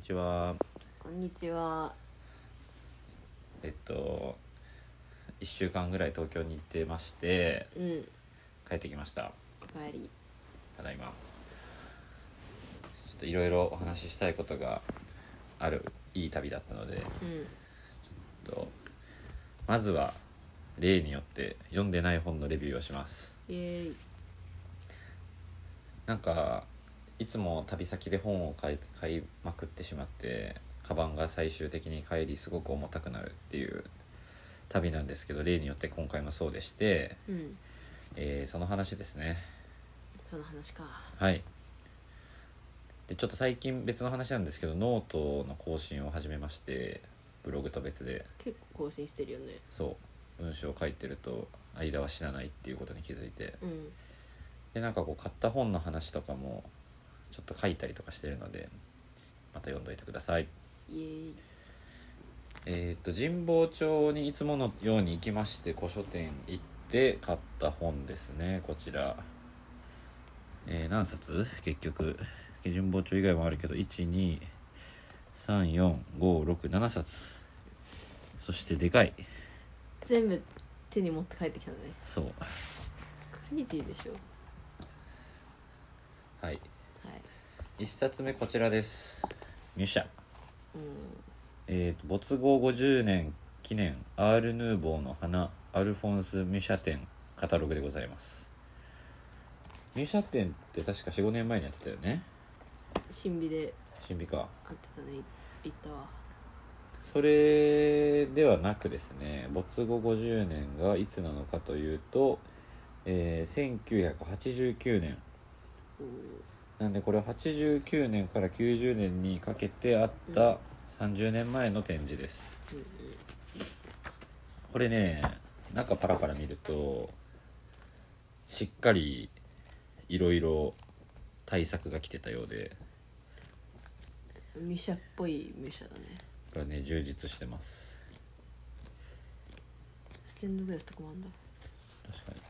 ちはこんにちは。えっと1週間ぐらい東京に行ってましてうん。帰ってきましたおかえり。ただいまちょっといろいろお話ししたいことがあるいい旅だったので、うん。えっと、まずは例によって読んでない本のレビューをしますイエーイ。なんかいつも旅先で本を買い買いまくってしまってカバンが最終的に帰りすごく重たくなるっていう旅なんですけど例によって今回もそうでして、うん。えーその話ですねその話か。はいでちょっと最近別の話なんですけどノートの更新を始めましてブログと別で結構更新してるよね。そう文章を書いてると間は死なないっていうことに気づいてうん。でなんかこう買った本の話とかもちょっと書いたりとかしてるのでまた読んどいてくださいイエーイ。えーっと神保町にいつものように行きまして古書店行って買った本ですねこちら、えー何冊結局神保町以外もあるけど1234567冊そしてでかい全部手に持って帰ってきたのね。そうクレイジーでしょ。はいはい。 1冊目こちらです入社うん。えーと没後50年記念アール・ヌーボーの花アルフォンス・ミュシャ展カタログでございますミュシャ展って確か45年前にやってたよね神秘で神秘か会ってたね。行ったわ。それではなくですね没後50年がいつなのかというと、えー1989年おーなんでこれは89年から90年にかけてあった30年前の展示です、うんうん。これね中パラパラ見るとしっかりいろいろ対策が来てたようでミシャっぽいミシャだね。これはね充実してますステンドグラスとかもあんだ。確かに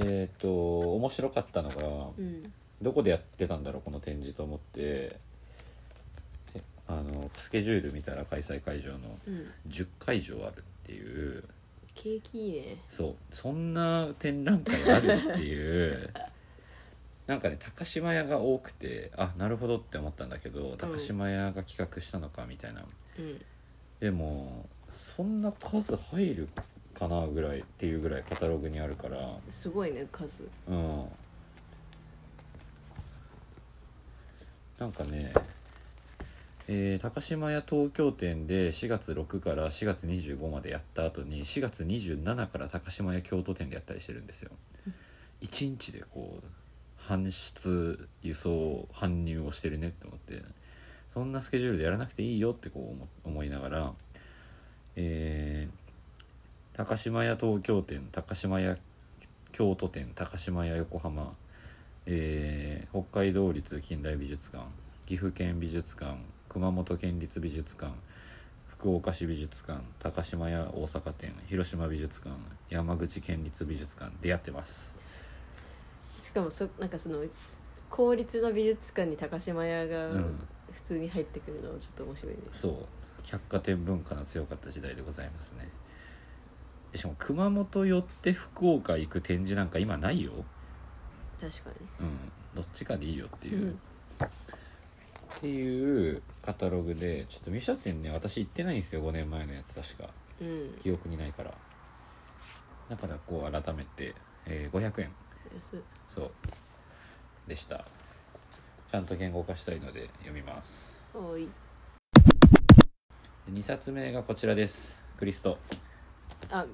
えっ、と面白かったのが、うん。どこでやってたんだろうこの展示と思ってであのスケジュール見たら開催会場のうん。 10会場あるっていう景気いいね。そうそんな展覧会あるっていう なんかね高島屋が多くてあなるほどって思ったんだけど高島屋が企画したのかみたいな、うん。でもそんな数入るかなぐらいっていうぐらいカタログにあるからすごいね、数。うんなんかねえー高島屋東京店で4月6から4月25までやった後に4月27から高島屋京都店でやったりしてるんですよ1日でこう搬出輸送搬入をしてるねって思ってそんなスケジュールでやらなくていいよってこう思思いながらえー高島屋東京店高島屋京都店高島屋横浜、えー北海道立近代美術館岐阜県美術館熊本県立美術館福岡市美術館高島屋大阪店広島美術館山口県立美術館でやってますしかもそ、なんかその、公立の美術館に高島屋がうん普通に入ってくるのもちょっと面白いね。そう百貨店文化の強かった時代でございますねしかも熊本寄って福岡行く展示なんか今ないよ確かに。うんどっちかでいいよっていう、うんっていうカタログでちょっとミシャ店ね私行ってないんですよ5年前のやつ確かうん記憶にないからだからこう改めて、えー500円安いそうでしたちゃんと言語化したいので読みますおい2冊目がこちらですクリストあ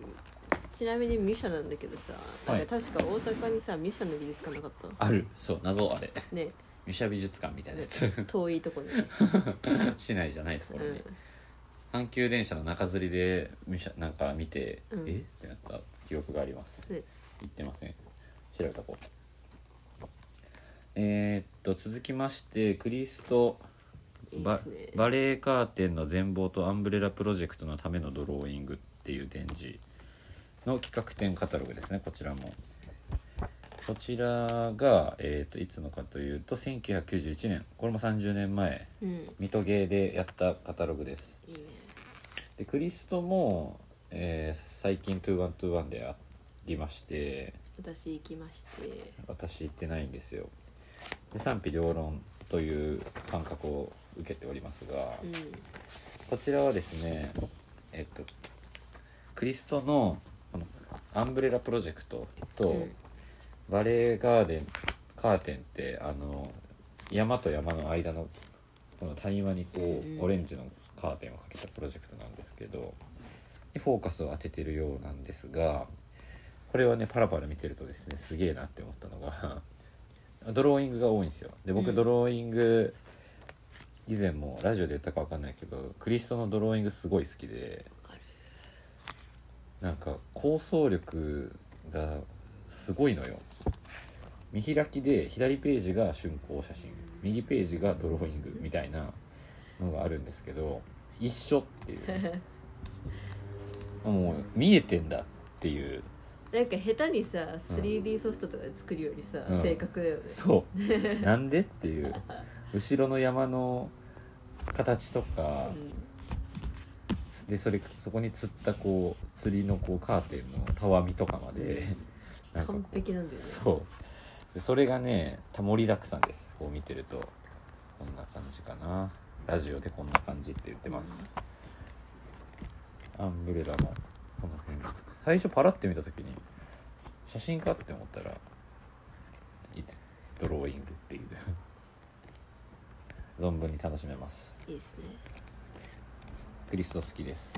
ちちなみにミュシャなんだけどさなんか確か大阪にさミュシャの美術館なかったあるそう謎あれねミシャ美術館みたいなやつ 遠いとこに、市内じゃないとこうろにん、阪急電車の中吊りでミシャなんか見て、うんえってなった記憶がありますね言ってません調べとこうえーっと続きましてクリストいいバですねバレーカーテンの全貌とアンブレラプロジェクトのためのドローイングっていう展示の企画展カタログですねこちらもこちらが、えー、といつのかというと1991年これも30年前うんい水戸芸でやったカタログですいねでクリストも、えー最近2121でありまして私行きまして私行ってないんですよで賛否両論という感覚を受けておりますが、うんこちらはですねえっとクリストのこのアンブレラプロジェクトと、うんバレーガーデンカーテンってあの山と山の間のこの谷間にこうんうんうオレンジのカーテンをかけたプロジェクトなんですけどにフォーカスを当ててるようなんですがこれはねパラパラ見てるとですねすげえなって思ったのが ドローイングが多いんですよで僕うんドローイング以前もラジオで言ったかわかんないけどクリストのドローイングすごい好きでわかるなんか構想力がすごいのよ見開きで左ページが竣工写真右ページがドローイングみたいなのがあるんですけど一緒っていう もう見えてんだっていうなんか下手にさうん 3D ソフトとかで作るよりさ、うん正確だよねそうなんでっていう後ろの山の形とかでそれそこに釣ったこう釣りのこうカーテンのたわみとかまでう、なんんかこ完う璧なんだよねそうでそれがねた盛りだくさんですこう見てるとこんな感じかなラジオでこんな感じって言ってます、アンブレラのこの辺最初パラって見た時に写真かって思ったらいドローイングっていう 存分に楽しめますいいですねクリスト好きです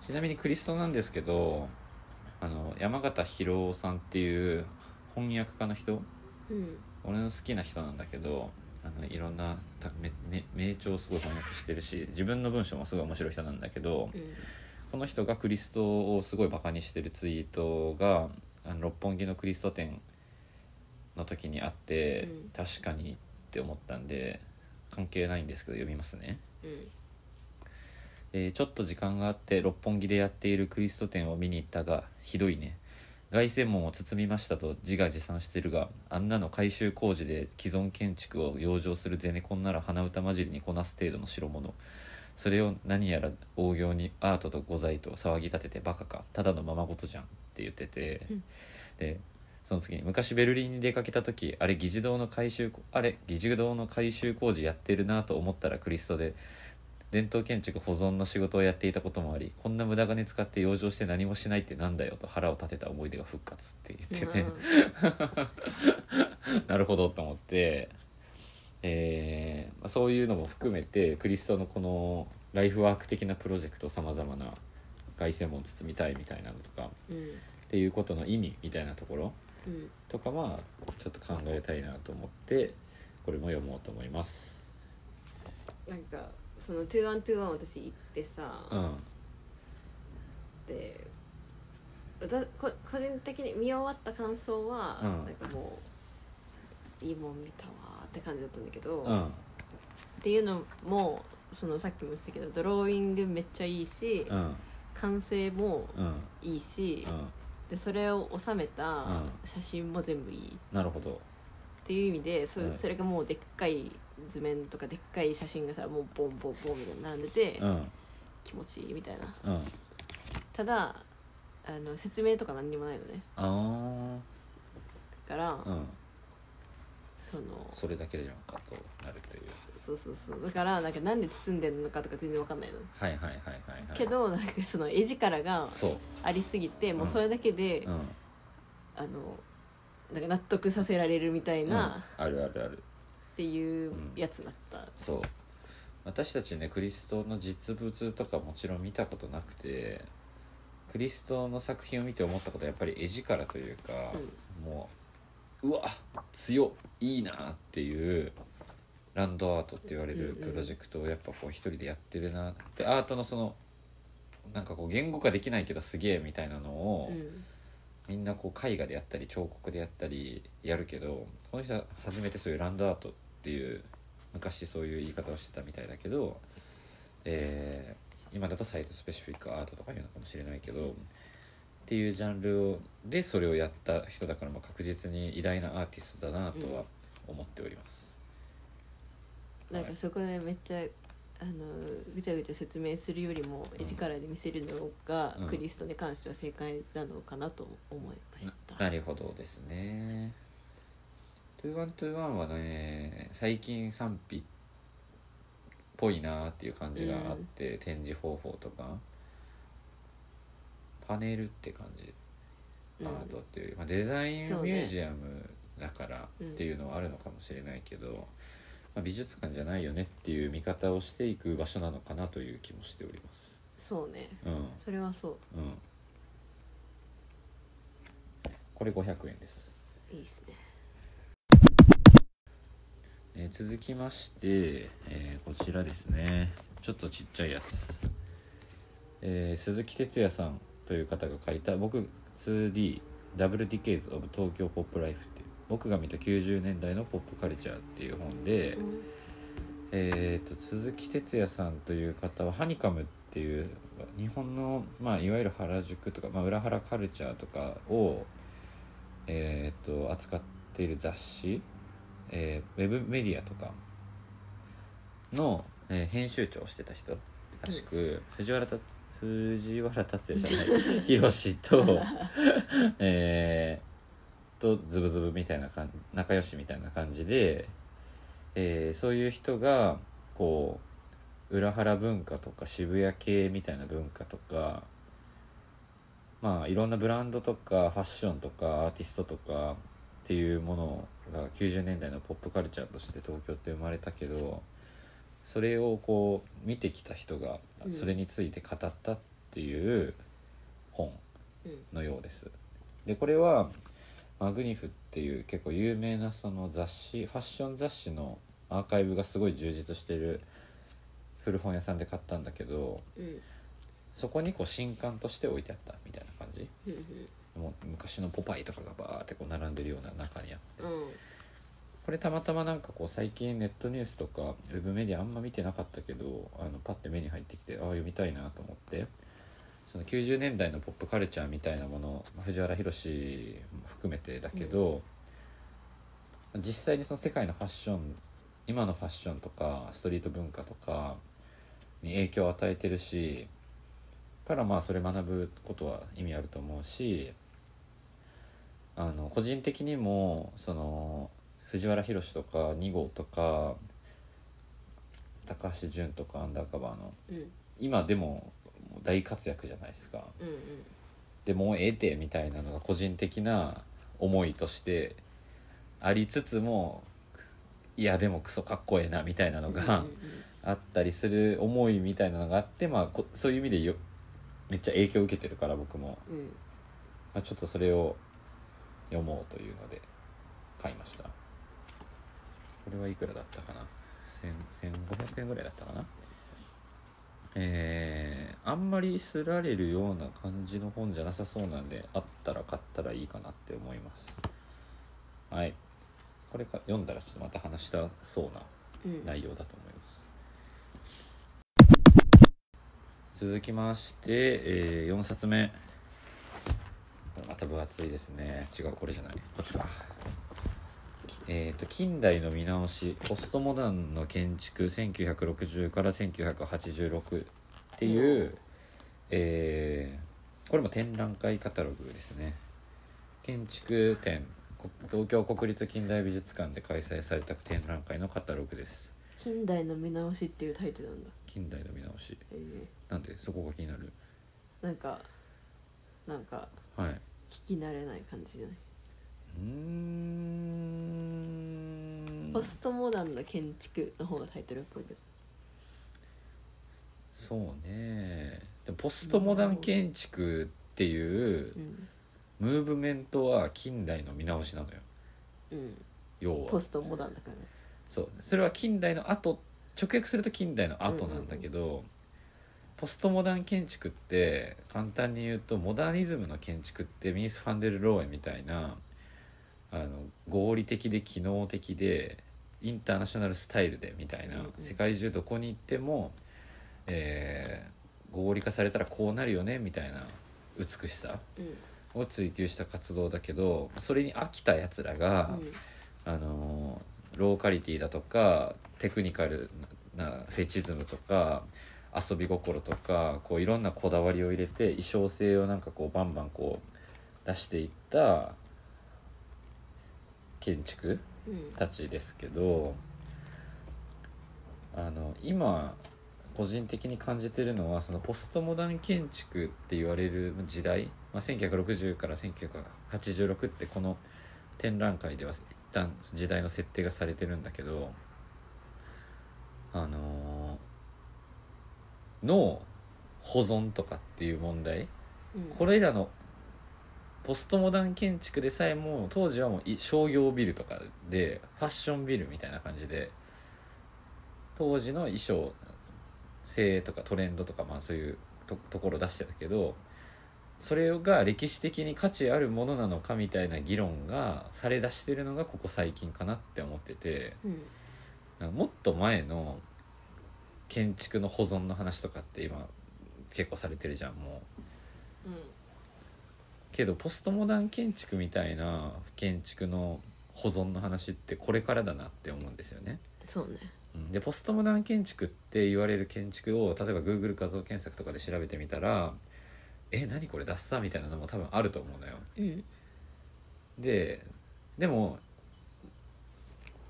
ちなみにクリストなんですけどあの山形博夫さんっていう翻訳家の人うん俺の好きな人なんだけどあのいろんなためめ名著をすごい翻訳してるし自分の文章もすごい面白い人なんだけどうんこの人がクリストをすごいバカにしてるツイートがあの六本木のクリスト展の時にあって、うん確かにって思ったんで関係ないんですけど読みますね。うんえーちょっと時間があって六本木でやっているクリスト展を見に行ったがひどいね凱旋門を包みましたと自画自賛してるがあんなの改修工事で既存建築を養生するゼネコンなら鼻歌混じりにこなす程度の代物それを何やら大行にアートと御財と騒ぎ立ててバカかただのままごとじゃんって言っててうんでその次に昔ベルリンに出かけた時あれ議事堂の改修あれ議事堂の改修工事やってるなと思ったらクリストで伝統建築保存の仕事をやっていたこともありこんな無駄金使って養生して何もしないってなんだよと腹を立てた思い出が復活って言ってね、なるほどと思って、えーまあそういうのも含めてクリストのこのライフワーク的なプロジェクトさまざまな凱旋門を包みたいみたいなのとかうんうんっていうことの意味みたいなところうんとかまあちょっと考えたいなと思ってこれも読もうと思います。なんかその2121私行ってさ、うん、で私こ個人的に見終わった感想は、うんなんかもういいもん見たわーって感じだったんだけど、うっん、ていうのもそのさっきも言ってたけどドローイングめっちゃいいし、うん、完成もうん、いいし、うん、でそれを収めたうん写真も全部いいなるほど。っていう意味でそ,、うんそれがもうでっかい図面とかでっかい写真がさもうボンボンボンみたいに並んでて、うん、気持ちいいみたいなうん、あただあの説明とか何にもないのねあー、だから、うん、そのそれだけじゃんかとなるという。そうそうそうだからなんかなんで包んでるのかとか全然わかんないの、はいはいはいはいはい。け、どなんかその絵力がそありすぎてもううんそれだけで、う、うん。あのなんか納得させられるみたいな、うん、あるあるあるっていうやつだった、そう私たちねクリストの実物とかもちろん見たことなくてクリストの作品を見て思ったことはやっぱり絵力というか、もううわ強いいいなっていうランドアートって言われるうんうんプロジェクトをやっぱこう一人でやってるなでアートのそのなんかこう言語化できないけどすげえみたいなのを、うんうんみんなこう絵画でやったり彫刻でやったりやるけどこの人は初めてそういうランドアートっていう昔そういう言い方をしてたみたいだけど、えー今だとサイトスペシフィックアートとかいうのかもしれないけどっていうジャンルをでそれをやった人だから、まあ、確実に偉大なアーティストだなとは思っております、なんかそこでめっちゃあのぐちゃぐちゃ説明するよりもうん絵力で見せるのが、うんクリストに関しては正解なのかなと思いました。ななるほどですね2121はね最近賛否っぽいなっていう感じがあって、展示方法とかパネルって感じうアんートっていうより、まあ、デザインミそうねュージアムだからっていうのはあるのかもしれないけど、まあ、美術館じゃないよねっていう見方をしていく場所なのかなという気もしております。そうね。うんそれはそうん、これ500円です、ういいですね。えー続きまして、えーこちらですねちょっとちっちゃいやつ、えー鈴木哲也さんという方が書いた「僕 2D ダブルディケイズ・オブ東京ポップ・ライフ」っていう僕が見た90年代のポップカルチャーっていう本で、うんえー、と鈴木哲也さんという方はハニカムっていう日本の、まあ、いわゆる原宿とか、まあ、裏原カルチャーとかを、えー、と扱っている雑誌、えーウェブメディアとかの、えー編集長をしてた人らしく、藤原た藤原達也じゃない 広志とえーとズブズブみたいな感じ仲良しみたいな感じでえーそういう人がこう裏原文化とか渋谷系みたいな文化とかまあいろんなブランドとかファッションとかアーティストとかっていうものが90年代のポップカルチャーとして東京って生まれたけどそれをこう見てきた人がうんそれについて語ったっていう本うんのようです。でこれはマグニフっていう結構有名なその雑誌ファッション雑誌のアーカイブがすごい充実してる古本屋さんで買ったんだけどうんそこにこう新刊として置いてあったみたいな感じうんうんもう昔の「ポパイ」とかがバーってこう並んでるような中にあってうんこれたまたまなんかこう最近ネットニュースとかウェブメディアあんま見てなかったけどあのパッて目に入ってきてああ読みたいなと思ってその90年代のポップカルチャーみたいなものまあ藤原宏も含めてだけど、実際にその世界のファッション今のファッションとかストリート文化とかに影響を与えてるしからまあそれ学ぶことは意味あると思うしあの個人的にもその藤原宏とか2号とか高橋純とかアンダーカバーのうん今でも大活躍じゃないですかうんでもうええてみたいなのが個人的な思いとしてありつつもいやでもクソかっこええなみたいなうのん。がうんうんあったりする思いみたいなのがあって、まあ、こそういう意味でよめっちゃ影響を受けてるから僕も、うんうんまあ、ちょっとそれを読もうというので買いましたこれはいくらだったかな1000 1500円ぐらいだったかなえーあんまりすられるような感じの本じゃなさそうなんであったら買ったらいいかなって思いますはいこれか読んだらちょっとまた話したそうなうん内容だと思います続きまして、え4冊目これまた分厚いですね違うこれじゃないこっちかきえー、と近代の見直しポストモダンの建築1960から1986っていう、えーこれも展覧会カタログですね建築展こ東京国立近代美術館で開催された展覧会のカタログです近代の見直しっていうタイトルなんだ。近代の見直しえーなんでそこが気になるなんかなんかはいう聞き慣れない感じじゃない、ーんポストモダンの建築の方がタイトルっぽいけどそうねでもポストモダン建築っていううん、ムーブメントは近代の見直しなのようん、要ポはストモダンだからねそうそれは近代の後直訳すると近代の後なんだけど、ポストモダン建築って簡単に言うとモダニズムの建築ってミース・ファンデル・ローエみたいなあの合理的で機能的でインターナショナルスタイルでみたいな、うんうん世界中どこに行っても、えー合理化されたらこうなるよねみたいな美しさうんを追求した活動だけどそれに飽きたやつらが、うんあのローカリティだとかテクニカルなフェチズムとか遊び心とかこういろんなこだわりを入れて衣装性をなんかこうバンバンこう出していった建築うんたちですけどあの今個人的に感じてるのはそのポストモダン建築って言われる時代、まあ、1960から1986ってこの展覧会では一旦時代の設定がされてるんだけどあのーの保存とかっていう問題うんこれらのポストモダン建築でさえも当時はもうい商業ビルとかでファッションビルみたいな感じで当時の衣装性とかトレンドとかまあそういうとところ出してたけどそれが歴史的に価値あるものなのかみたいな議論がされ出してるのがここ最近かなって思っててうんなんかもっと前の建築の保存の話とかって今結構されてるじゃんもう。うんけどポストモダン建築みたいな建築の保存の話ってこれからだなって思うんですよね。そうねうんでポストモダン建築って言われる建築を例えば Google 画像検索とかで調べてみたら「え何これダッサ」みたいなのも多分あると思うのよ。うんででも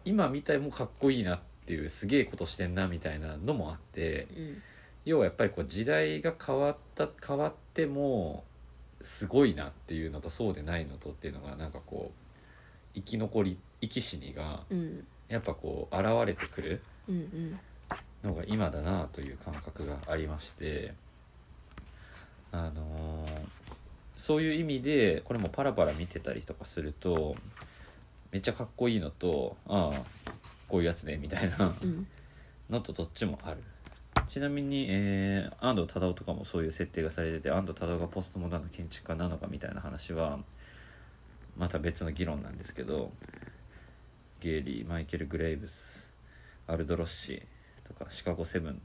今見たいもうかっこいいなっていうすげえことしてんなみたいなのもあってうん要はやっぱりこう時代が変わった変わってもすごいなっていうのとそうでないのとっていうのがなんかこう生き残り生き死にがうんやっぱこう現れてくるうんうんのが今だなという感覚がありましてあのーそういう意味でこれもパラパラ見てたりとかするとめっちゃかっこいいのとああこういうやつねみたいなうんのとどっちもあるちなみに、えー安藤忠雄とかもそういう設定がされてて安藤忠雄がポストモダンの建築家なのかみたいな話はまた別の議論なんですけどゲイリーマイケル・グレイブスアルドロッシーとかシカゴ・セブン、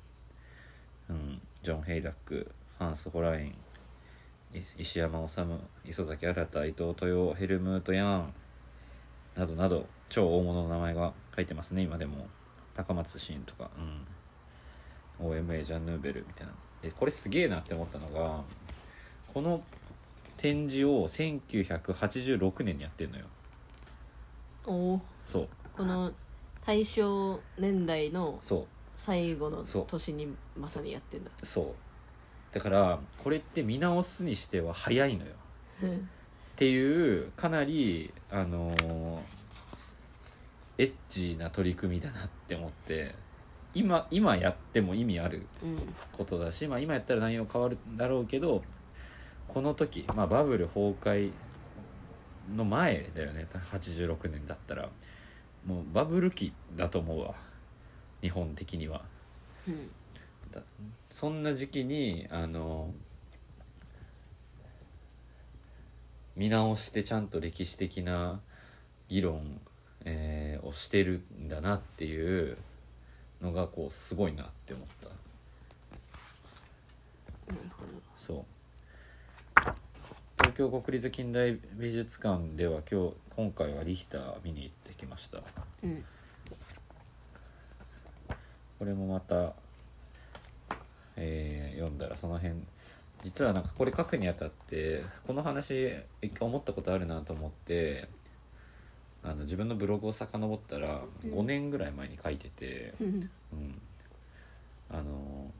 うん、ジョン・ヘイダックハンス・ホラインい石山治磯崎新伊藤豊夫ヘルムート・ヤーンなどなど超大物の名前が書いてますね今でも。高松慎とか、うん、OMA ジャンヌーベルみたいなでこれすげえなって思ったのがこの展示を1986年にやってるのよおおそうこの大正年代のそ最後のそう年にまさにやってんだうそうだからこれって見直すにしては早いのよっていうかなりあのーエッチな取り組みだなって思って今今やっても意味あるうんことだし、まあ、今やったら内容変わるんだろうけどこの時、まあ、バブル崩壊の前だよね86年だったらもうバブル期だと思うわ日本的にはうんだそんな時期にあの見直してちゃんと歴史的な議論、えーをしてるんだなっていうのがこうすごいなって思った。なるほどそう東京国立近代美術館では今日今回はリヒター見に行ってきましたうんこれもまた、えー読んだらその辺実はなんかこれ書くにあたってこの話一回思ったことあるなと思ってあの自分のブログを遡ったらうん5年ぐらい前に書いてて、うんうん、あの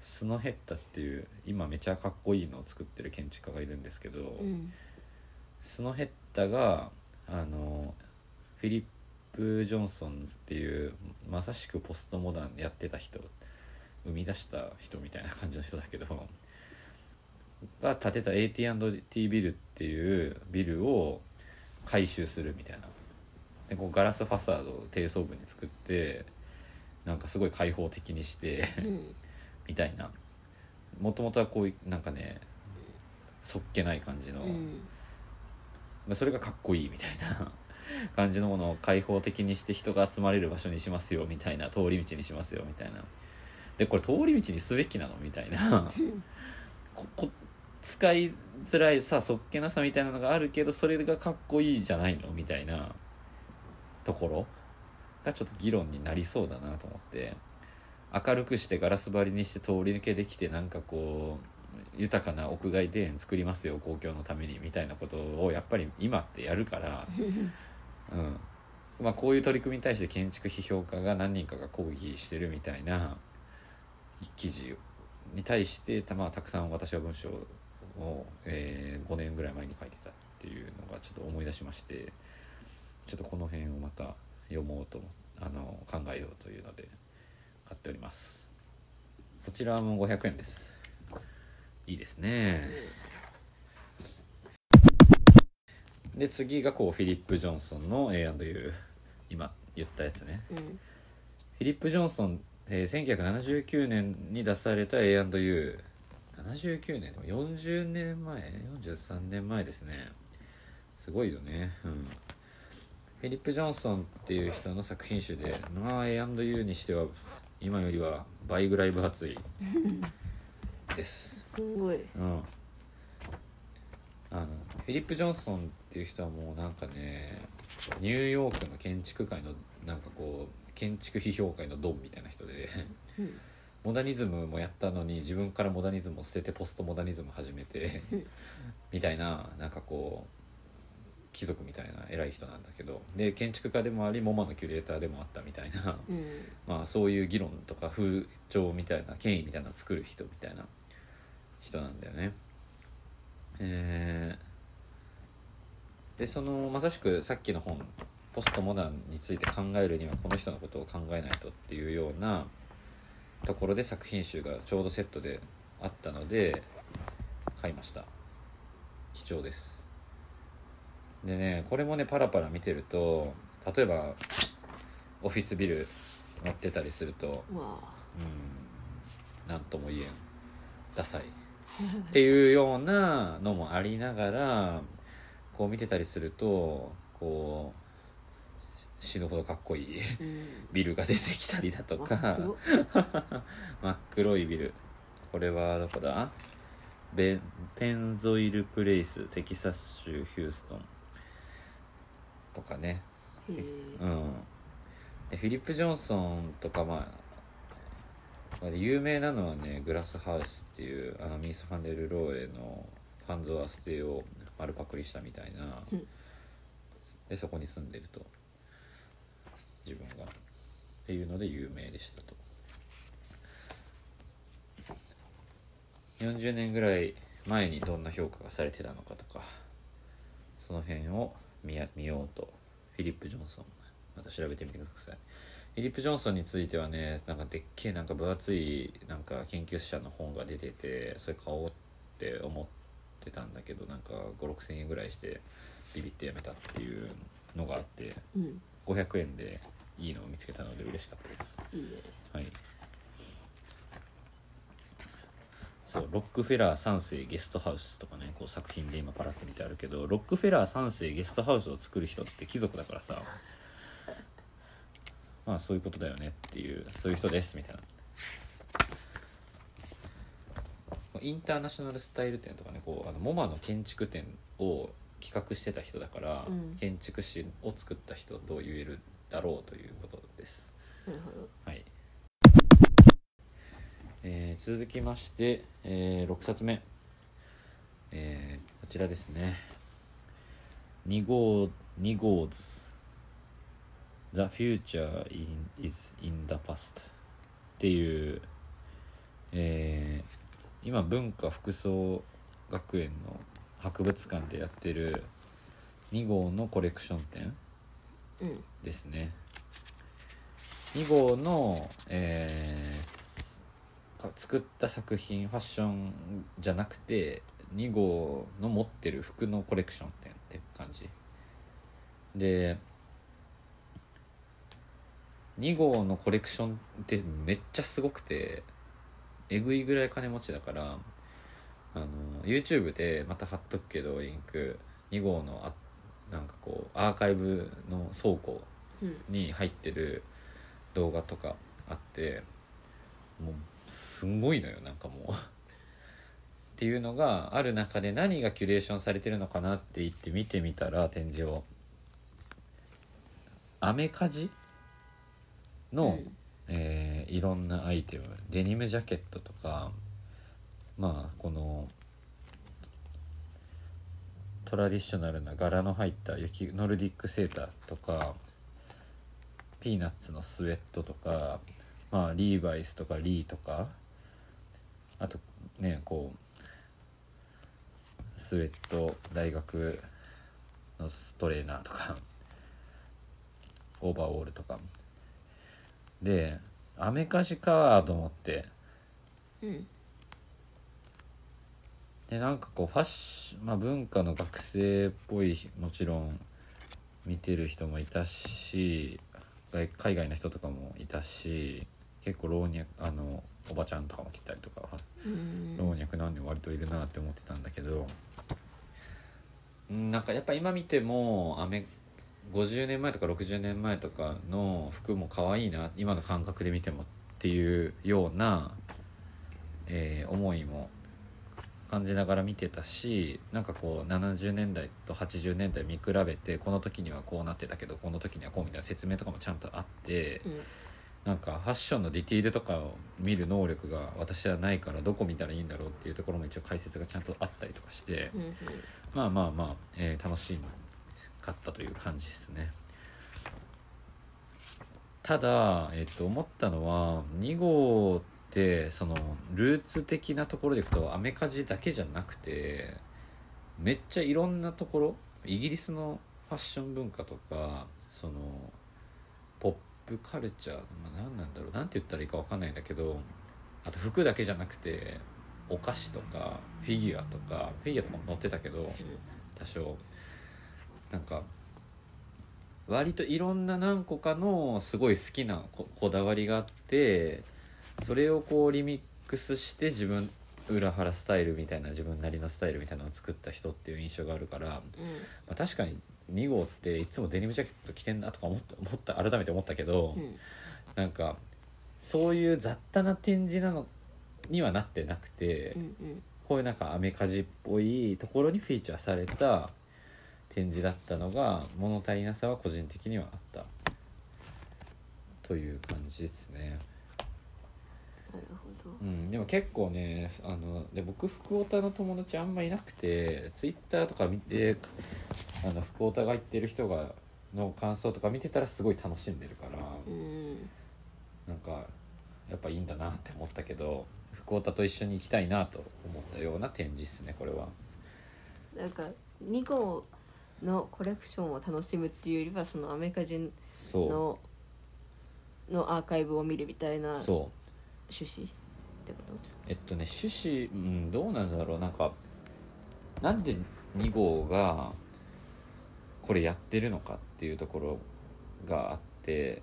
スノヘッタっていう今めちゃかっこいいのを作ってる建築家がいるんですけど、うんスノヘッタがあのフィリップ・ジョンソンっていうまさしくポストモダンやってた人生み出した人みたいな感じの人だけどが建てた AT&T ビルっていうビルを改修するみたいなでこうガラスファサードを低層部に作ってなんかすごい開放的にしてうんみたいなもともとはこういうなんかねそっけない感じの。うんまあそれがかっこいいみたいな 感じのものを開放的にして人が集まれる場所にしますよみたいな通り道にしますよみたいなでこれ通り道にすべきなのみたいな ここ使いづらいさそっけなさみたいなのがあるけどそれがかっこいいじゃないのみたいなところがちょっと議論になりそうだなと思って明るくしてガラス張りにして通り抜けできてなんかこう豊かな屋外庭園作りますよ公共のためにみたいなことをやっぱり今ってやるから。うんまあ、こういう取り組みに対して建築批評家が何人かが抗議してるみたいな記事に対してた,、まあ、たくさん私は文章を、えー5年ぐらい前に書いてたっていうのがちょっと思い出しましてちょっとこの辺をまた読もうと思あの考えようというので買っておりますこちらも500円ですいいですねで次がこうフィリップ・ジョンソンの A&U 今言ったやつねうんフィリップ・ジョンソン、えー1979年に出された A&U79 年でも40年前43年前ですねすごいよねうんフィリップ・ジョンソンっていう人の作品集でまあ A&U にしては今よりは倍ぐらい分厚いですすんごいうんあのフィリップ・ジョンソンっていう人はもうなんかねニューヨークの建築界のなんかこう建築批評会のドンみたいな人で うんモダニズムもやったのに自分からモダニズムを捨ててポストモダニズム始めてみたいななんかこう貴族みたいな偉い人なんだけどで建築家でもありモマのキュレーターでもあったみたいな うんまあ、そういう議論とか風潮みたいな権威みたいなのを作る人みたいな人なんだよね。えーでそのまさしくさっきの本「ポストモダン」について考えるにはこの人のことを考えないとっていうようなところで作品集がちょうどセットであったので買いました貴重ですでねこれもねパラパラ見てると例えばオフィスビル乗ってたりするとうわあうんなんとも言えんダサいっていうようなのもありながらこう見てたりするとこう死ぬほどかっこい いうんビルが出てきたりだとかあ黒真っ黒いビルこれはどこだベペンゾイル・プレイステキサス州ヒューストンとかねへえうん、でフィリップ・ジョンソンとかまあまあ有名なのはね「グラスハウス」っていうあのミース・ファンデル・ローエのファンゾアステを丸パクリしたみたいな、うんでそこに住んでると自分がっていうので有名でしたと40年ぐらい前にどんな評価がされてたのかとかその辺を見や見ようとフィリップ・ジョンソンまた調べてみてくださいフィリップ・ジョンソンについてはねなんかでっけえなんか分厚いなんか研究者の本が出ててそれ買おうって思ってたんだけどなんか56000円ぐらいしてビビってやめたっていうのがあってうん500円でいいのを見つけたので嬉しかったですいいねはいそうロックフェラー3世ゲストハウスとかねこう作品で今パラッと見てあるけどロックフェラー3世ゲストハウスを作る人って貴族だからさ まあそういうことだよねっていうそういう人ですみたいなインターナショナルスタイル展とかねこうあのモマの建築展を企画してた人だから、うん建築士を作った人と言えるだろうということですなるほどはい、えー続きまして、え6冊目、えーこちらですね2号2号図 The future in, is in the past っていう、えー今文化服装学園の博物館でやってる2号のコレクション展うんですね2号の、えーか作った作品ファッションじゃなくて2号の持ってる服のコレクション展って感じで2号のコレクションってめっちゃすごくてえぐいぐらい金持ちだからあの YouTube でまた貼っとくけどインク2号のあなんかこうアーカイブの倉庫うんに入ってる動画とか あってもうすんごいのよなんかもうっていうのがある中で何がキュレーションされてるのかなって言って見てみたら展示をアメカジの、うんえーいろんなアイテムデニムジャケットとかまあこのトラディショナルな柄の入った雪ノルディックセーターとかピーナッツのスウェットとか、まあ、リーバイスとかリーとかあとねこうスウェット大学のトレーナーとかオーバーオールとかでアメカジかと思ってうんでなんかこうファッション、まあ、文化の学生っぽいもちろん見てる人もいたし外海外の人とかもいたし結構老若あのおばちゃんとかも来たりとかうん老若男女割といるなって思ってたんだけどうんなんかやっぱ今見てもアメ50年前とか60年前とかの服も可愛いな今の感覚で見てもっていうような、えー思いも感じながら見てたしなんかこう70年代と80年代見比べてこの時にはこうなってたけどこの時にはこうみたいな説明とかもちゃんとあって。うんなんかファッションのディティールとかを見る能力が私はないからどこ見たらいいんだろうっていうところも一応解説がちゃんとあったりとかしてうんうんまあまあまあ、えー楽しかったという感じですねただ、えっと思ったのは2号ってそのルーツ的なところでいくとアメカジだけじゃなくてめっちゃいろんなところイギリスのファッション文化とかそのポップカルチャー、まあ、何なんだろうなんて言ったらいいかわかんないんだけどあと服だけじゃなくてお菓子とかフィギュアとかフィギュアとかも載ってたけど多少なんか割といろんな何個かのすごい好きなここだわりがあってそれをこうリミックスして自分裏腹スタイルみたいな自分なりのスタイルみたいなのを作った人っていう印象があるから、まあ、確かに2号っていつもデニムジャケット着てんなとか思った思った改めて思ったけど、うんなんかそういう雑多な展示なのにはなってなくて。うんうんこういうなんかアメカジっぽいところにフィーチャーされた展示だったのが物足りなさは個人的にはあったという感じですね、なるほどうん、でも結構ねあので僕福岡の友達あんまいなくてツイッターとか見てあの福岡が行ってる人がの感想とか見てたらすごい楽しんでるからうんなんかやっぱいいんだなって思ったけど福岡と一緒に行きたいなと思ったような展示ですねこれは。なんか2号のコレクションを楽しむっていうよりはそのアメリカ人そうののアーカイブを見るみたいな趣そう旨ってことえっとね趣旨、うん、どうなんだろうなんかなんで2号がこれやってるのかっていうところがあって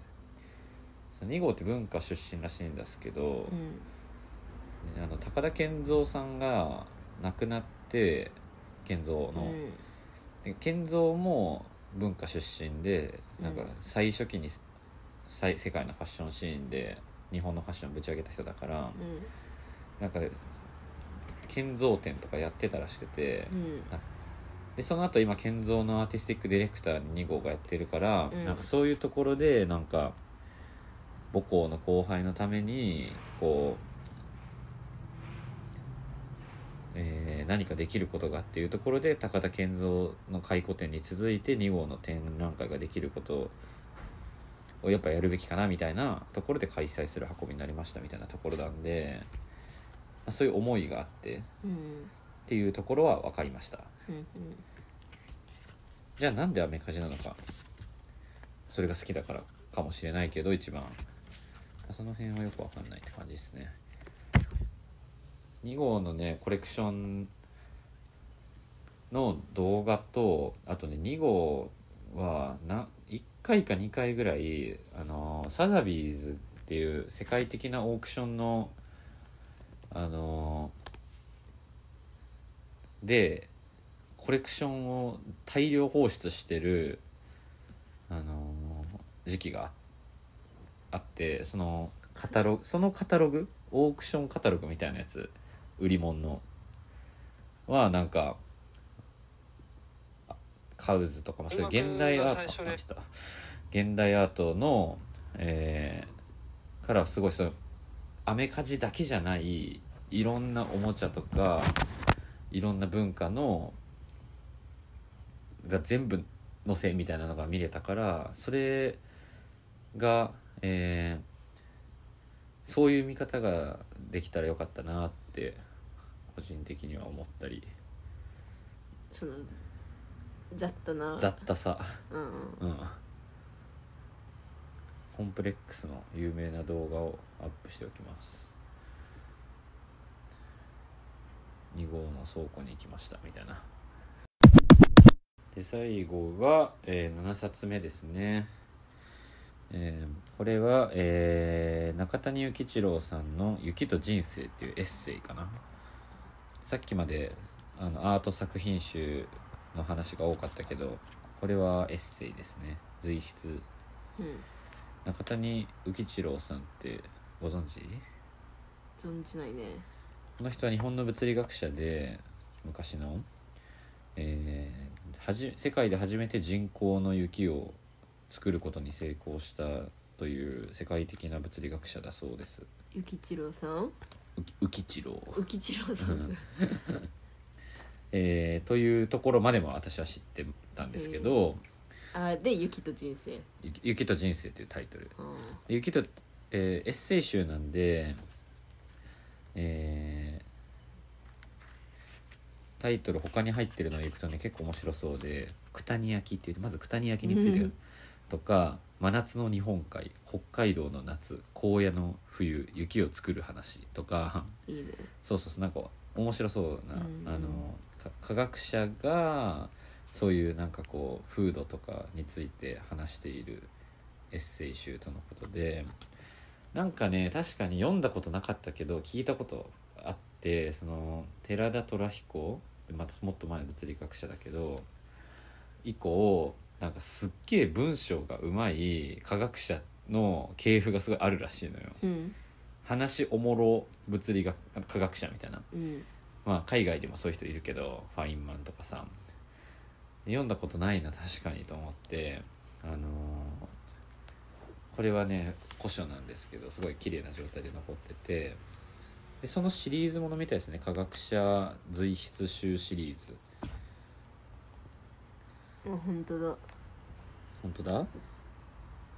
その2号って文化出身らしいんですけど、うんあの高田健三さんが亡くなって健三の、うんで健三も文化出身でなんかうん最初期にさい世界のファッションシーンで日本のファッションをぶち上げた人だから。うんなんか建造展とかやってたらしくて、うんでその後今建造のアーティスティックディレクター2号がやってるから、うんなんかそういうところでなんか母校の後輩のためにこう、えー何かできることがっていうところで高田健三の回顧展に続いて2号の展覧会ができることをやっぱやるべきかなみたいなところで開催する運びになりましたみたいなところなんで、まあそういう思いがあってっうんていうところは分かりました。うんじゃあなんでアメカジなのかそれが好きだからかもしれないけど一番その辺はよくわかんないって感じですね2号のねコレクションの動画とあとね2号はな1回か2回ぐらいあのサザビーズっていう世界的なオークションのあのでコレクションを大量放出してる、あのー時期がああってそのカタログそのカタログオークションカタログみたいなやつ売り物のはなんかあカウズとかもそういう現代アー今ト君あが来た現代アートの、えーからすごいそのアメカジだけじゃないいろんなおもちゃとかいろんな文化のが全部のせいみたいなのが見れたからそれが、えーそういう見方ができたらよかったなって個人的には思ったりその雑多な雑多さ、うんうんうん、コンプレックスの有名な動画をアップしておきます2号の倉庫に行きましたみたいなで最後が、えー7冊目ですね、えーこれは、えー中谷幸一郎さんの「雪と人生」っていうエッセイかなさっきまであのアート作品集の話が多かったけどこれはエッセイですね随筆うん中谷浮一郎さんってご存知存じないねこの人は日本の物理学者で昔の、えーはじ世界で初めて人工の雪を作ることに成功したという世界的な物理学者だそうですゆきちろうさんう浮一郎うきちろうさんうんえーというところまでも私は知ってたんですけどあでゆきと人生「ゆ雪と人生」というタイトルうんで雪と、えーエッセイ集なんで、えータイトル他に入ってるのをいくとね結構面白そうで「九谷焼」っていうまず九谷焼についてうんとか「真夏の日本海」「北海道の夏」「荒野の冬」「雪を作る話」とかいいねそうそうそうなんか面白そうな、うんあのか科学者がそういうなんかこう風土とかについて話しているエッセイ集とのことでなんかね確かに読んだことなかったけど聞いたことあってその寺田虎彦またもっと前の物理学者だけど以降なんかすっげえ文章がうまい科学者の系譜がすごいあるらしいのよ。うん話おもろ物理学科学者みたいな、うんまあ、海外でもそういう人いるけどファインマンとかさ読んだことないな確かにと思ってあのーこれはね古書なんですけどすごい綺麗な状態で残っててでそのシリーズものみたいですね科学者随筆集シリーズあ本当だ本当だ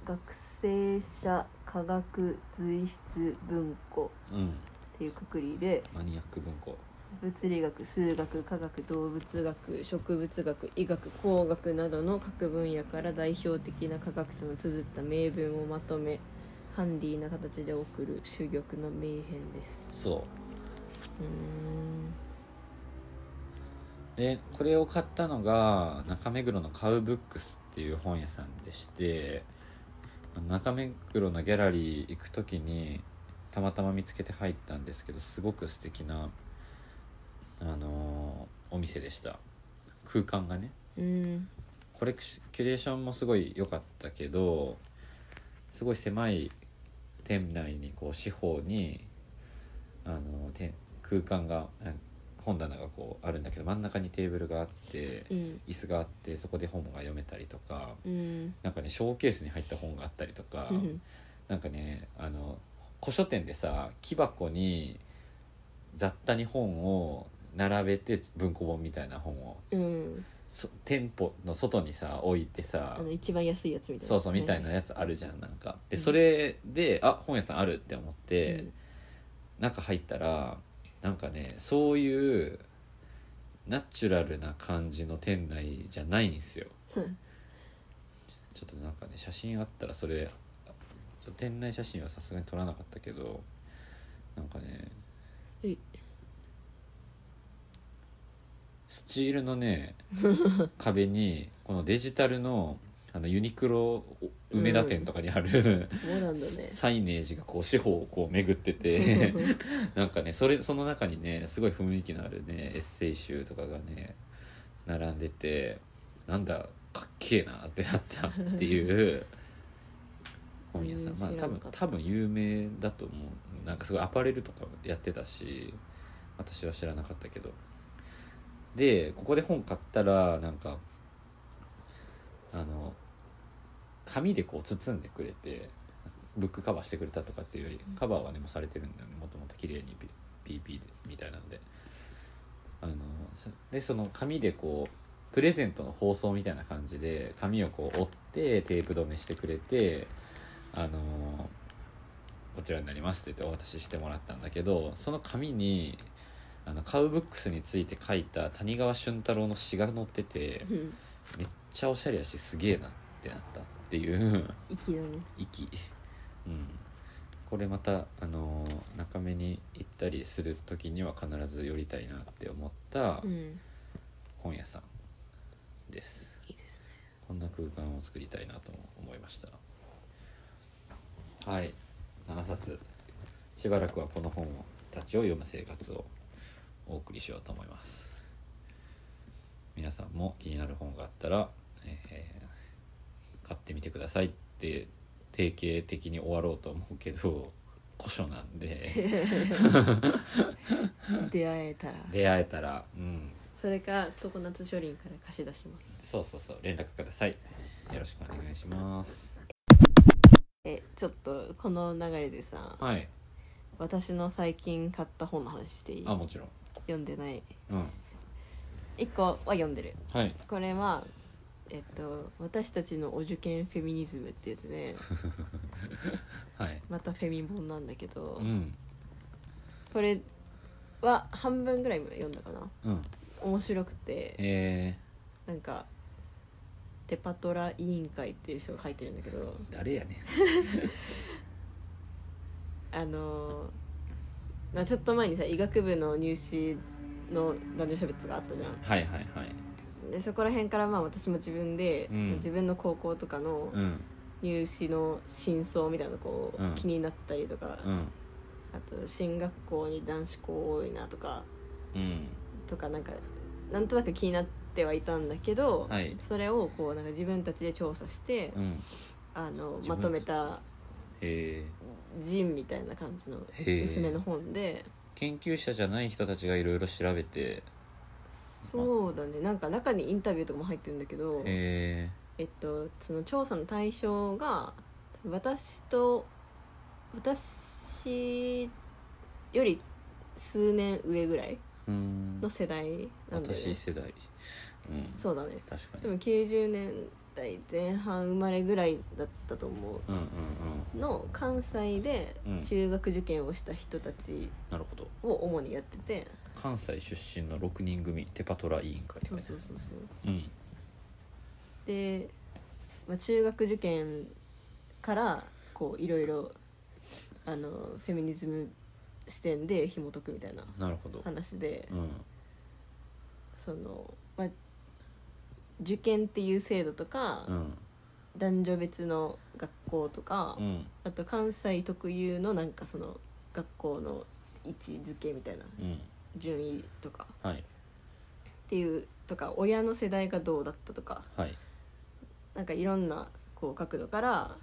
学生者科学随筆文庫うんっていうくくりでマニアック文庫物理学数学科学動物学植物学医学工学などの各分野から代表的な科学者の綴った名文をまとめハンディーな形で送る珠玉の名編ですそううーんでこれを買ったのが中目黒のカウブックスっていう本屋さんでして中目黒のギャラリー行く時にたまたま見つけて入ったんですけどすごく素敵なあのーお店でした空間がねうんコレクシキュレーションもすごい良かったけどすごい狭い店内にこう四方にあのて空間があ本棚がこうあるんだけど真ん中にテーブルがあってうん椅子があってそこで本が読めたりとかうんなんかねショーケースに入った本があったりとかうんなんかねあの古書店でさ木箱に雑多に本を並べて文庫本みたいな本をうんそ店舗の外にさ置いてさあの一番安いやつみたいなそうそうみたいなねやつあるじゃんなんかでうんそれであ本屋さんあるって思っうてん中入ったらなんかねそういうナチュラルな感じの店内じゃないんですようんちょっとなんかね写真あったらそれちょっと店内写真はさすがに撮らなかったけどなんかねういスチールの ね壁にこのデジタルのあのユニクロ梅田店とかにある、そうなんだねサイネージがこう四方をこう巡って てなんかねそれその中にねすごい雰囲気のあるねエッセイ集とかがね並んでてなんだかっけえなってなったっていう 本屋さんまあうん知多らん分かった多分有名だと思うなんかすごいアパレルとかやってたし私は知らなかったけどでここで本買ったらなんかあの紙でこう包んでくれてブックカバーしてくれたとかっていうよりカバーはねもうされてるんだよねもともと綺麗に PP でみたいなんであのそでその紙でこうプレゼントの包装みたいな感じで紙をこう折ってテープ止めしてくれてあのこちらになりますって言ってお渡ししてもらったんだけどその紙にあのカウブックスについて書いた谷川俊太郎の詩が載っててうんめっちゃおしゃれやしすげえなってなったっていう息だね息うんこれまたあのー中目に行ったりする時には必ず寄りたいなって思ったうん本屋さんです、いいですねこんな空間を作りたいなと思いましたはい7冊しばらくはこの本たちを読む生活をお送りしようと思います皆さんも気になる本があったら、えー買ってみてくださいって定型的に終わろうと思うけど古書なんで出会えたら出会えたらうんそれか常夏書林から貸し出しますそうそうそう連絡くださいよろしくお願いしますえちょっとこの流れでさはい私の最近買った本の話していいあもちろん読んでないうん一個は読んでるはいこれはえっと「私たちのお受験フェミニズム」ってや つではい。またフェミ本なんだけど、うん。これは半分ぐらいまで読んだかなうん。面白くてえなんかテパトラ委員会っていう人が書いてるんだけどー、誰やねあのーまあ、ちょっと前にさ医学部の入試の男女差別があったじゃんはいはいはい。でそこら辺からまあ私も自分で、うんその自分の高校とかのうん。入試の真相みたいなのこう、うん気になったりとか、うん。あと進学校に男子校多いなとかうん。とかなんかなんとなく気になってはいたんだけど、はいそれをこうなんか自分たちで調査して、うん。あの自分まとめたえ人みたいな感じのへえ薄めの本でー、研究者じゃない人たちがいろいろ調べて、そうだねなんか中にインタビューとかも入ってるんだけど、ええっと、その調査の対象が私と私より数年上ぐらいー、うん。の世代なんだよ私ね世代。うん。そうだね確かでに。も90年代前半生まれぐらいだったと思うんうんうん。うの関西でうん中学受験をした人たちなるほど。を主にやってて、関西出身の六人組テパトラ委員会。そうそうそうそううん。で、まあ、中学受験からこういろいろあのフェミニズム視点で紐解くみたいななるほど。話で、うん。その、まあ、受験っていう制度とか、うん。男女別の学校とか、うん。あと関西特有のなんかその学校の位置づけみたいなうん。順位とかはい。っていうとか親の世代がどうだったとかはい。なんかいろんなこう角度から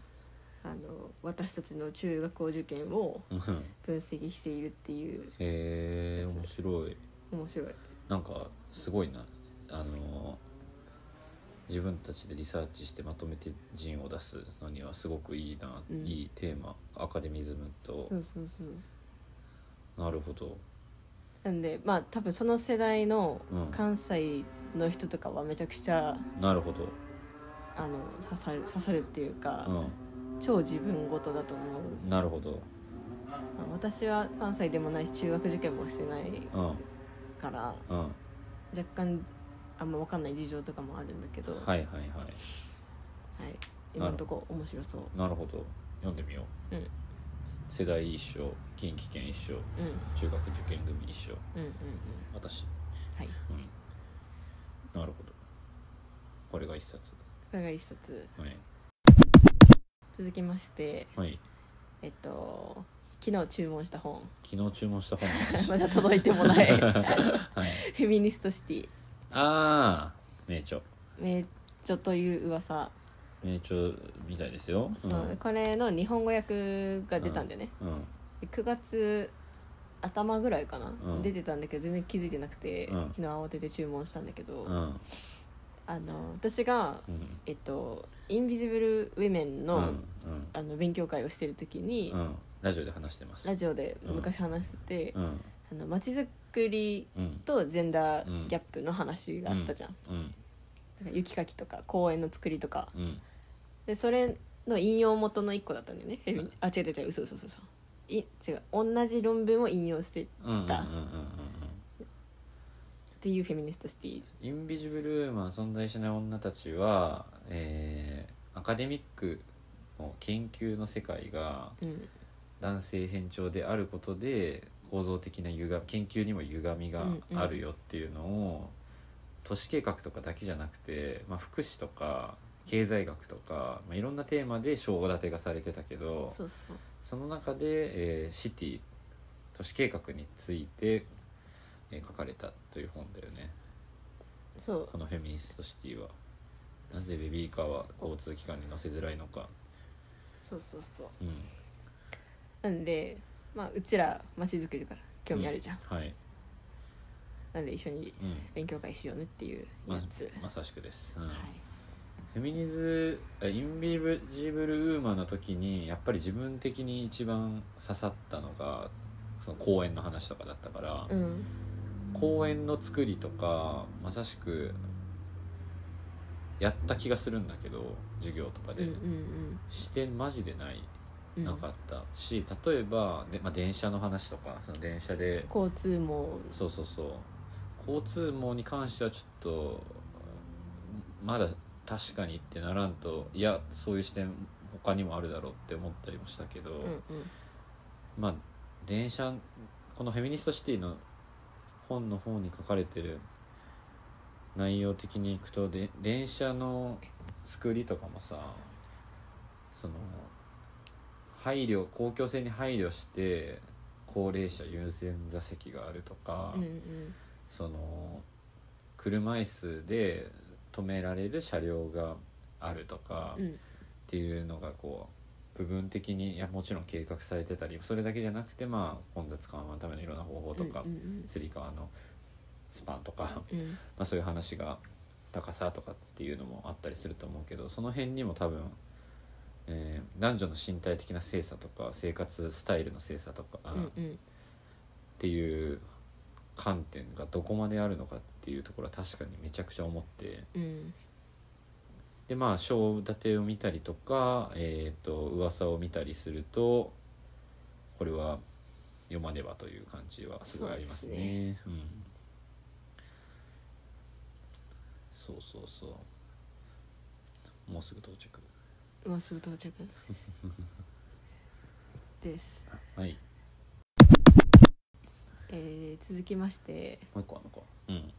あの私たちの中学校受験をうん。分析しているっていうえー、面白い。面白いなんかすごいなあの自分たちでリサーチしてまとめて陣を出すのにはすごくいいな、うんいいテーマアカデミズムと、そうそうそうなるほどなんでまあ多分その世代のうん関西の人とかはめちゃくちゃなるほど、あの刺さる刺さるっていうか、う超自分ごとだと思う、ん、なるほど、まあ私は関西でもないし中学受験もしてないうんからうん、は若干あんま分かんない事情とかもあるんだけど、いははいはいい今んとこ面白そうなるほど読んでみよう、うん世代一緒近畿圏一緒うん中学受験組一緒うんうんうん私、はいうん、なるほどこれが一冊これが一冊はい続きましてはいえっと昨日注文した本昨日注文した本の話 まだ届いても ないフはい、ェミニストシティああ名著名著という噂、名著みたいですよそうこれの日本語訳が出たんだよね、うん9月頭ぐらいかな、うん出てたんだけど全然気づいてなくて、うん昨日慌てて注文したんだけど、うんあの私が、うんえっと、インビジブル・ウィメンの,、うんうんあの勉強会をしてる時に、うんラジオで話してますラジオで昔話してて、うんあの街づくりうんとジェンダーギャップの話があったじゃん、うんなんか雪かきとか公園の作りとかうんでそれの引用元の一個だったんだよね、ヘビにあ違う違う違う嘘嘘嘘嘘い違う同じ論文を引用してっうんうんうんうんうんだうんていうフェミニストシティインビジブルウーマン存在しない女たちは、えーアカデミックの研究の世界がうん男性偏重であることで構造的な歪み研究にも歪みがあるよっていうのを、都市計画とかだけじゃなくて、まあ、福祉とか経済学とか、まあ、いろんなテーマで賞立てがされてたけどそうそうその中で、えーシティ都市計画について、えー書かれたという本だよね。そうこのフェミニストシティはなぜベビーカーは交通機関に乗せづらいのかそうそうそううんなんでまあうちら街づくりとか興味あるじゃん、はい、なんで一緒にうん勉強会しようねっていうまやつ、まさしくです、うんはいフェミニズえインビジブルウーマンの時にやっぱり自分的に一番刺さったのがその公園の話とかだったから、うん公園の作りとかまさしくやった気がするんだけど授業とかうんうで、んうん視点マジでないうんなかったし、例えばで、まあ、電車の話とかその電車で交通網そうそうそう交通網に関してはちょっとまだ確かにってならんといやそういう視点他にもあるだろうって思ったりもしたけど、うんうんまあ電車この「フェミニストシティ」の本の方に書かれてる内容的にいくとで電車の作りとかもさその配慮公共性に配慮して高齢者優先座席があるとか、うんうんその車椅子で止められる車両があるとか、うんっていうのがこう部分的にいやもちろん計画されてたりそれだけじゃなくてまあ混雑緩和のためのいろんな方法とか、うんうんつり革のスパンとか、 まうんうんあ、そういう話が高さとかっていうのもあったりすると思うけどその辺にも多分、えー男女の身体的な性差とか生活スタイルの性差とか、うんっうんていう観点がどこまであるのかっていうところは確かにめちゃくちゃ思って。うんでまあ章立てを見たりとかえっ、と噂を見たりするとこれは読まねばという感じはすごいありますねそうでうん、そうそうそうもうすぐ到着もうすぐ到 着です、はいえー続きましてもう一個あんのか、うん、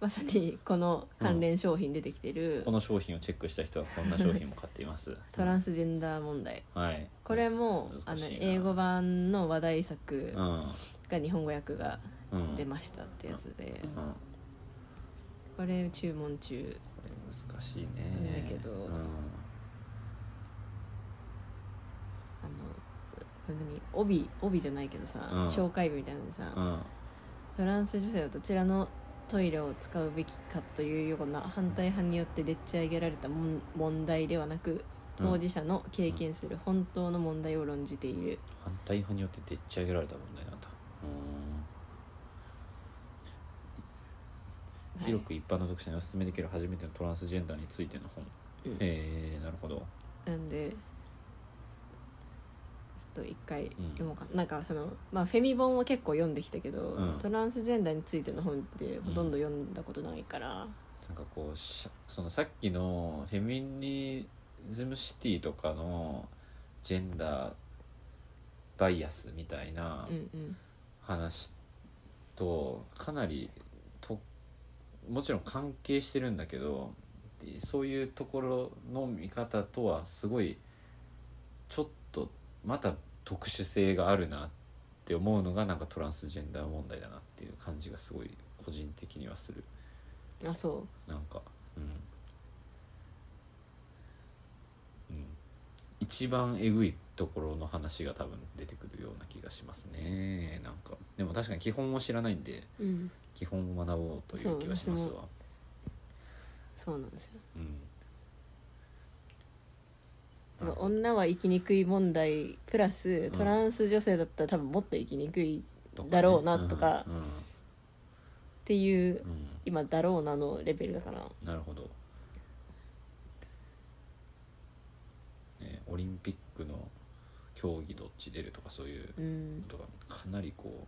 まさにこの関連商品出てきてる、この商品をチェックした人はこんな商品も買っています トランスジェンダー問題はいこれもあ難のしいな英語版の話題作うんが日本語訳がうん出ましたってやつでうんこれ注文中これ難しいねだけどうんあの何帯帯じゃないけどさ、うん紹介文みたいなのでさ、うんトランス女性はどちらのトイレを使うべきかというような反対派によってでっち上げられたもん問題ではなくうん当事者の経験する本当の問題を論じている、反対派によってでっち上げられた問題なんだうーんはい広く一般の読者にお勧めできる初めてのトランスジェンダーについての本、うんえー、なるほどなんでちょっと一回うん読もうかな,、なんかその、まあ、フェミ本は結構読んできたけど、うんトランスジェンダーについての本ってほとんど読んだことないから、なんかこうしゃそのさっきのフェミニズムシティとかのジェンダーバイアスみたいなうんうん話とかなりともちろん関係してるんだけどでそういうところの見方とはすごいちょっとまた特殊性があるなって思うのがなんかトランスジェンダー問題だなっていう感じがすごい個人的にはするあそなんかうん、うん、一番えぐいところの話が多分出てくるような気がしますねなんかでも確かに基本を知らないんでうん基本を学ぼうという気がしますそう私わそうなんですようんあの女は生きにくい問題プラストランス女性だったら多分もっと生きにくいとかねだろうなとかうんっていうんううん今「だろうな」のレベルだからなるほど、ね、オリンピックの競技どっち出るとかそういううんことがかなりこ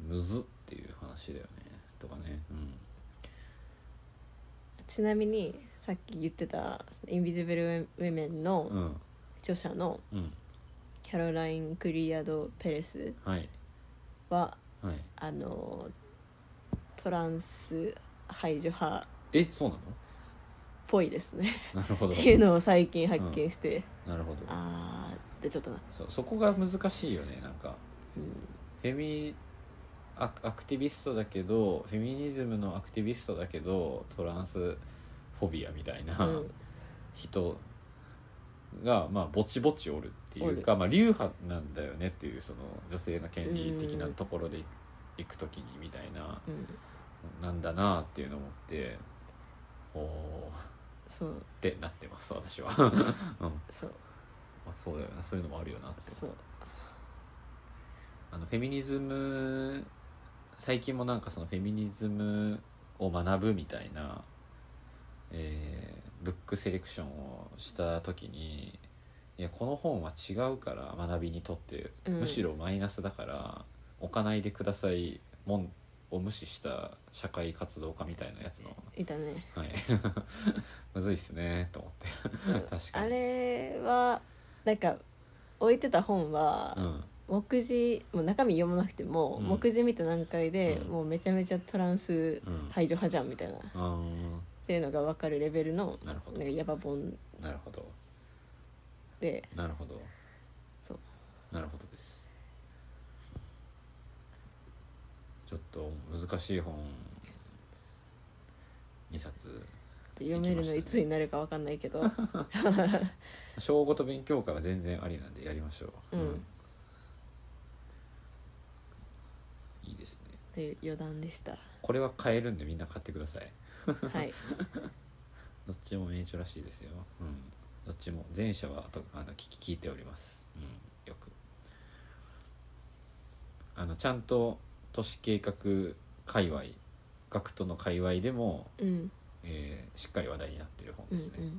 うむずっていう話だよねとかねうちなみにさっき言ってた「インビジブル・ウェメン」のんうん著者のうんキャロライン・クリアド・ペレスはいははいあのトランス排除派っえそうなぽいですねのなるほっどていうのを最近発見して、 なるほどあーってちょっとなそうそこが難しいよねなんかうんフェミアクアクティビストだけどフェミニズムのアクティビストだけどトランスフォビアみたいな、うん人がまあぼちぼちおるっていうか、まあ、流派なんだよねっていうその女性の権利的なところでいく時にみたいなうんなんだなっていうのを思ってほうそう ってなってます私は、 うんまそうあ、そうだよなそういうのもあるよなってそうあのフェミニズム最近もなんかそのフェミニズムを学ぶみたいな、えーブックセレクションをした時にいやこの本は違うから学びにとって、うんむしろマイナスだから置かないでくださいもんを無視した社会活動家みたいなやつの、いたねはい、 むずいっすねと思って 確かにあれはなんか置いてた本は、うん目次もう中身読まなくても、うん目次見た段階で、うんもうめちゃめちゃトランスうん、排除派じゃんみたいな、っあーていうのが分かるレベルのなるほなどんかヤバ本なるほどでなるほどそうなるほどですちょっと難しい本2冊読めるのいつになるか分かんないけど、小5と勉強会は全然ありなんでやりましょう、うんいいですねという余談でしたこれは買えるんでみんな買ってくださいはいどっちも名著らしいですよ、うん、どっちも前者はとあの聞き聞いております、うん、よくあのちゃんと都市計画界隈学徒の界隈でも、うんえーしっかり話題になってる本ですね、うんうんうん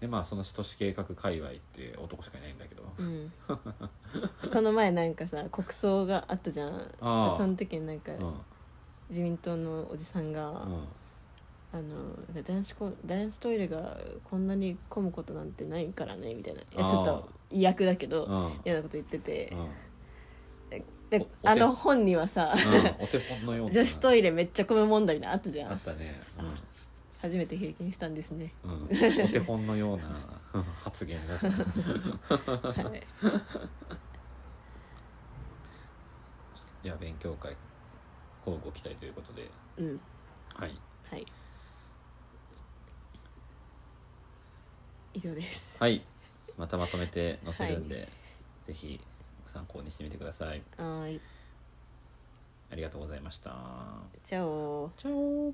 でまあその都市計画界隈って男しかいないんだけど、うんこの前なんかさ国葬があったじゃんああその時になんかうん自民党のおじさんが、うんあの男子コ男子トイレがこんなに混むことなんてないからねみたいないやあーちょっと違約だけうどん嫌なこと言っててうんおでお手あの本にはさうんお手本のような女子トイレめっちゃ混む問題みたいなのあったじゃあっんたね、うん初めて経験したんですねうん、 お手本のような発言だったねはいじゃあ勉強会乞うご期待ということでうんはいはい以上ですはいまたまとめて載せるんで、ぜひ参考にしてみてくださいはーいありがとうございましたチャオチャオ